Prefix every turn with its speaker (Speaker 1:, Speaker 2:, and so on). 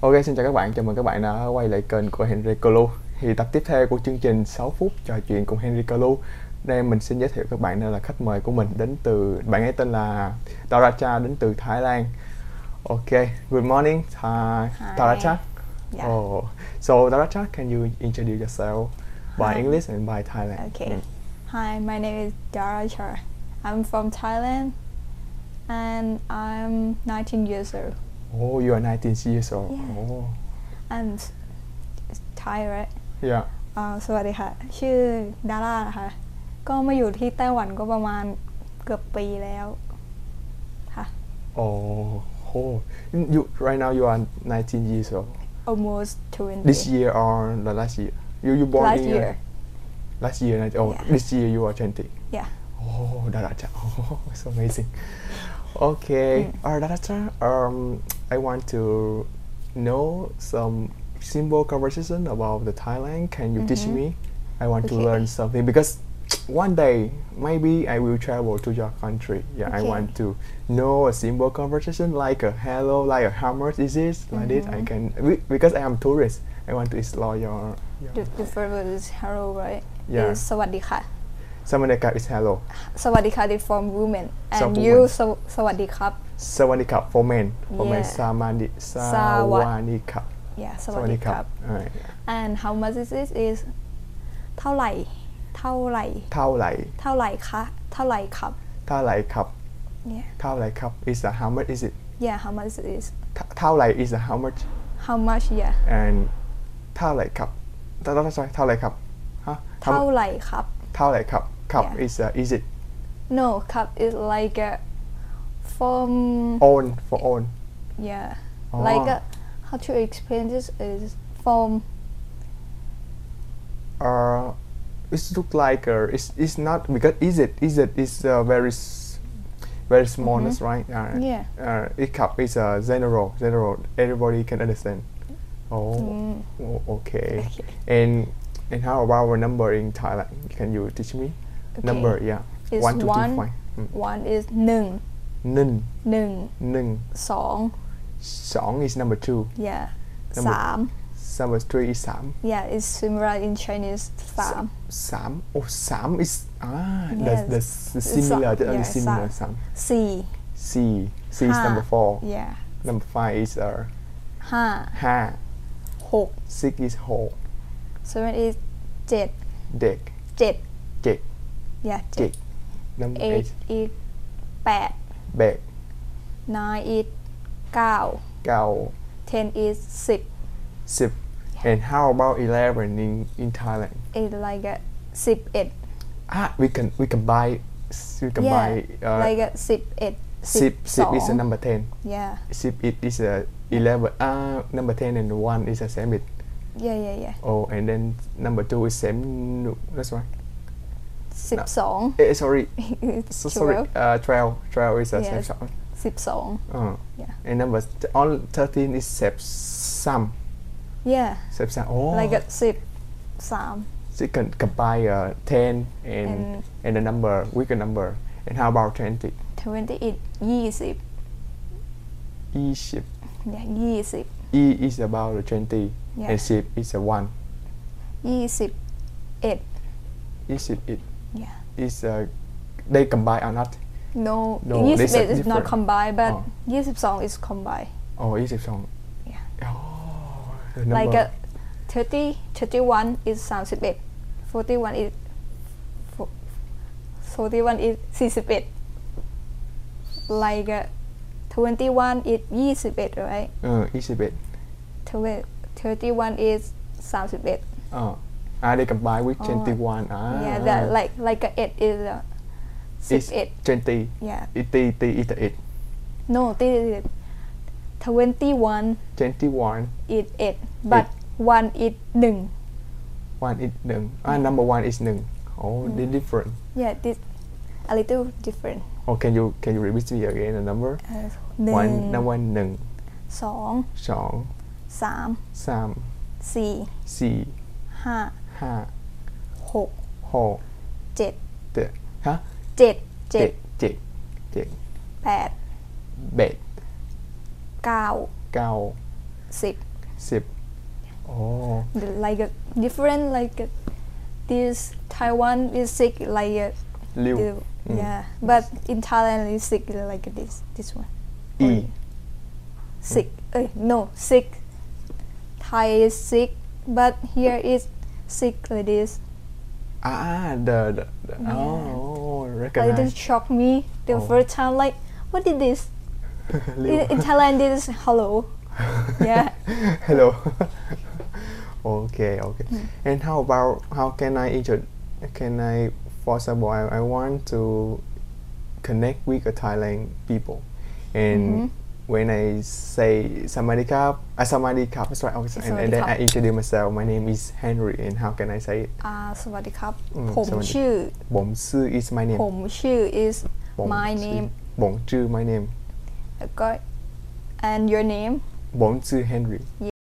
Speaker 1: Ok, xin chào các bạn, chào mừng các bạn đã quay lại kênh của Henrico Lu Thì tập tiếp theo của chương trình 6 phút trò chuyện cùng Henrico Lu Đây mình xin giới thiệu các bạn đây là khách mời của mình đến từ, bạn ấy tên là Taracha đến từ Thái Lan Ok, good morning Tha-
Speaker 2: Hi.
Speaker 1: Taracha
Speaker 2: Yeah.
Speaker 1: Oh, so Taracha, can you introduce yourself by
Speaker 2: Hi.
Speaker 1: English and by Thailand?
Speaker 2: Okay.
Speaker 1: Mm.
Speaker 2: Hi, my name is Dara Char. I'm from Thailand and I'm 19 years old.
Speaker 1: Oh, you are 19 years old
Speaker 2: Yeah.
Speaker 1: Oh,
Speaker 2: And it's Thai right?
Speaker 1: yeah
Speaker 2: อ่าสวัสดีค่ะ ชื่อดาร่านะคะ ก็มาอยู่ที่ไต้หวันก็ประมาณเกือบปีแล้วค่ะ
Speaker 1: Oh, oh. You, right now you are 19 years old
Speaker 2: almost 20
Speaker 1: this year or the last year? You you born
Speaker 2: last
Speaker 1: in
Speaker 2: year
Speaker 1: Uh, last year, right? oh,
Speaker 2: Yeah.
Speaker 1: this year you are twenty.
Speaker 2: yeah
Speaker 1: Oh, Daracha, oh, it's amazing. Okay,
Speaker 2: Hmm.
Speaker 1: uh, Daracha, um, I want to know some simple conversation about the Thailand. Can you teach me? I want to
Speaker 2: Mm-hmm. Okay.
Speaker 1: learn something because one day maybe I will travel to your country. Yeah, I
Speaker 2: Okay.
Speaker 1: want to know a simple conversation like a hello, like a how much is this, like this.
Speaker 2: Mm-hmm.
Speaker 1: I can be- because I am tourist. I want to explore your.
Speaker 2: the,
Speaker 1: your
Speaker 2: the first word is hello right
Speaker 1: Yeah.
Speaker 2: is สวัสดีค่ะ
Speaker 1: Samaneka is hello.
Speaker 2: สวัสดีค่ะ the form woman and
Speaker 1: Form
Speaker 2: you
Speaker 1: woman.
Speaker 2: สวสวัสดีครับ
Speaker 1: Sawanika for men. For men,
Speaker 2: Yeah.
Speaker 1: Samandi,
Speaker 2: Sawa-
Speaker 1: Sawanika.
Speaker 2: yeah สวัสดีครับ
Speaker 1: Sawanika. Alright.
Speaker 2: and how much is this is เท่าไหร่ เท่าไหร่
Speaker 1: Taolai.
Speaker 2: เท่าไหร่คะ เท่าไหร่ครับ
Speaker 1: Taolai cup.
Speaker 2: yeah
Speaker 1: Taolai cup is a how much is it?
Speaker 2: yeah how much is
Speaker 1: Ta- Taolai is a how much
Speaker 2: how much yeah
Speaker 1: and Taolai cup. Ta- ta- ta- Sorry, Taolai cup. Huh?
Speaker 2: เท่า
Speaker 1: How-
Speaker 2: ไหร่ครับ
Speaker 1: Taolai cup. Cup
Speaker 2: Yeah.
Speaker 1: is a, is it
Speaker 2: no ครับ is like a from
Speaker 1: own for own.
Speaker 2: yeah
Speaker 1: อ๋อ
Speaker 2: like a, how to explain this is from
Speaker 1: Uh, it look like uh, it's it's not because is it is it is uh, very s- very smallness right? Uh,
Speaker 2: Mm-hmm. Yeah.
Speaker 1: Uh, it cup is uh, general general everybody can understand. Oh, o- okay.
Speaker 2: Mm. Okay.
Speaker 1: And and how about our number in Thailand? Can you teach me number? Yeah.
Speaker 2: is
Speaker 1: one two
Speaker 2: one
Speaker 1: three five. Mm.
Speaker 2: one is หนึ่ง
Speaker 1: Nung
Speaker 2: หนึ่ง
Speaker 1: nung
Speaker 2: สอง
Speaker 1: song is number two.
Speaker 2: yeah
Speaker 1: Number-
Speaker 2: สาม
Speaker 1: Number three is sam.
Speaker 2: yeah is similar in Chinese สาม
Speaker 1: Sam. Oh, sam is ah
Speaker 2: Yes.
Speaker 1: the, the, the similar the
Speaker 2: yeah,
Speaker 1: similar
Speaker 2: sam.
Speaker 1: sam.
Speaker 2: สี่
Speaker 1: C. C is
Speaker 2: Ha.
Speaker 1: number four.
Speaker 2: yeah
Speaker 1: Number five is uh,
Speaker 2: ห้า
Speaker 1: ha.
Speaker 2: หก
Speaker 1: Six is ho.
Speaker 2: seven is เจ็ด
Speaker 1: Dick.
Speaker 2: เจ็ด
Speaker 1: Dick.
Speaker 2: yeah เจ็ด
Speaker 1: Dick. Number
Speaker 2: eight
Speaker 1: eight.
Speaker 2: is แปด
Speaker 1: Back.
Speaker 2: nine is เก้า
Speaker 1: Gao.
Speaker 2: ten is สิบ
Speaker 1: Sip. And how about eleven in, in Thailand?
Speaker 2: is like a สิบเอ็ด
Speaker 1: Ah, we can we can buy s- we can
Speaker 2: yeah
Speaker 1: buy uh,
Speaker 2: like a สิบเอ็ด
Speaker 1: sip sip is a
Speaker 2: 12
Speaker 1: number ten.
Speaker 2: yeah
Speaker 1: Sip it is a eleven. Ah, number ten and one is a same it.
Speaker 2: yeah yeah yeah
Speaker 1: Oh, and then number two is same. no, That's right.
Speaker 2: สิบสอง
Speaker 1: Eh, sorry. So sorry.
Speaker 2: twelve
Speaker 1: Uh, trail trail is a same
Speaker 2: Yes.
Speaker 1: sound.
Speaker 2: สิบสอง
Speaker 1: Uh,
Speaker 2: Yeah.
Speaker 1: And number th- all thirteen is Sepsam.
Speaker 2: yeah
Speaker 1: Sepsam. Oh.
Speaker 2: like a สิบสาม
Speaker 1: so you can combine uh, ten and, and
Speaker 2: And-
Speaker 1: the number with the number. And how about twenty?
Speaker 2: twenty is ยี่สิบ
Speaker 1: E ship.
Speaker 2: yeah ยี่สิบ
Speaker 1: E is about the twenty.
Speaker 2: Yeah.
Speaker 1: And ship is a one.
Speaker 2: ยี่สิบเอ็ด
Speaker 1: E ship it
Speaker 2: yeah
Speaker 1: is uh, they combine or not?
Speaker 2: no
Speaker 1: No,
Speaker 2: ยี่สิบ
Speaker 1: this is
Speaker 2: เอ็ด is not
Speaker 1: different.
Speaker 2: combined but
Speaker 1: Oh.
Speaker 2: ยี่สิบสอง is combined
Speaker 1: Oh, E ship song.
Speaker 2: Yeah.
Speaker 1: Oh, the number.
Speaker 2: like a 30 31 is 31 41 is fo- 41 is 41 like a 21 is 21 right
Speaker 1: uh, E ship it.
Speaker 2: Twe- 31 is 31
Speaker 1: Uh, ah, they combine with
Speaker 2: Oh.
Speaker 1: twenty-one. Ah.
Speaker 2: yeah that like like a 8 is a
Speaker 1: is
Speaker 2: 11
Speaker 1: twenty.
Speaker 2: yeah
Speaker 1: It T T is the eight.
Speaker 2: no this is 21
Speaker 1: Twenty-one.
Speaker 2: is 8 but 1 is 1
Speaker 1: One is nung. Ah, number one is nung. Oh, they different.
Speaker 2: yeah this a little different
Speaker 1: Oh, can you can you repeat me again the number?
Speaker 2: uh,
Speaker 1: One
Speaker 2: 1
Speaker 1: number one nung.
Speaker 2: สอง
Speaker 1: Song.
Speaker 2: สาม
Speaker 1: Sam.
Speaker 2: สี่
Speaker 1: Si.
Speaker 2: ห้า
Speaker 1: Ha.
Speaker 2: หก
Speaker 1: Ho.
Speaker 2: เจ็ด
Speaker 1: The. Huh?
Speaker 2: เจ็ดเจ็ด
Speaker 1: Jet. Jet.
Speaker 2: แปด
Speaker 1: Bet.
Speaker 2: เก้า
Speaker 1: Gao. Oh,
Speaker 2: สิบ
Speaker 1: สิบโอ้
Speaker 2: The- like a different like a- this Taiwan is sick like a,
Speaker 1: ริว
Speaker 2: the,
Speaker 1: Mm.
Speaker 2: yeah but in Thailand is sick like this this one
Speaker 1: อี
Speaker 2: sick eh, no sick Thai is sick but here is sick like this
Speaker 1: อ่า Ah, the the, the
Speaker 2: Yeah.
Speaker 1: อ๋อ
Speaker 2: like
Speaker 1: recognize
Speaker 2: this shocked me the
Speaker 1: Oh.
Speaker 2: first time like what is this
Speaker 1: ริว
Speaker 2: in, in Thailand this is hello yeah
Speaker 1: hello okay okay
Speaker 2: Hmm.
Speaker 1: and how about how can I intro can I first of all I, I want to connect with the Thailand people and
Speaker 2: Mm-hmm.
Speaker 1: when I say samadhi kap uh, samadhi kap sorry I was- and, and then I
Speaker 2: สวัสดีครับ
Speaker 1: introduce myself my name is Henry and how can I say it
Speaker 2: อ่าสวัสดีครับ
Speaker 1: อืม
Speaker 2: ผม
Speaker 1: สวัสดี
Speaker 2: ชื่อ
Speaker 1: bom sư is my name
Speaker 2: ผมชื่อ is
Speaker 1: บง
Speaker 2: my
Speaker 1: ชื่อ
Speaker 2: name
Speaker 1: บงชื่อ my name
Speaker 2: แล้วก็ and your name
Speaker 1: บงชื่อ Henry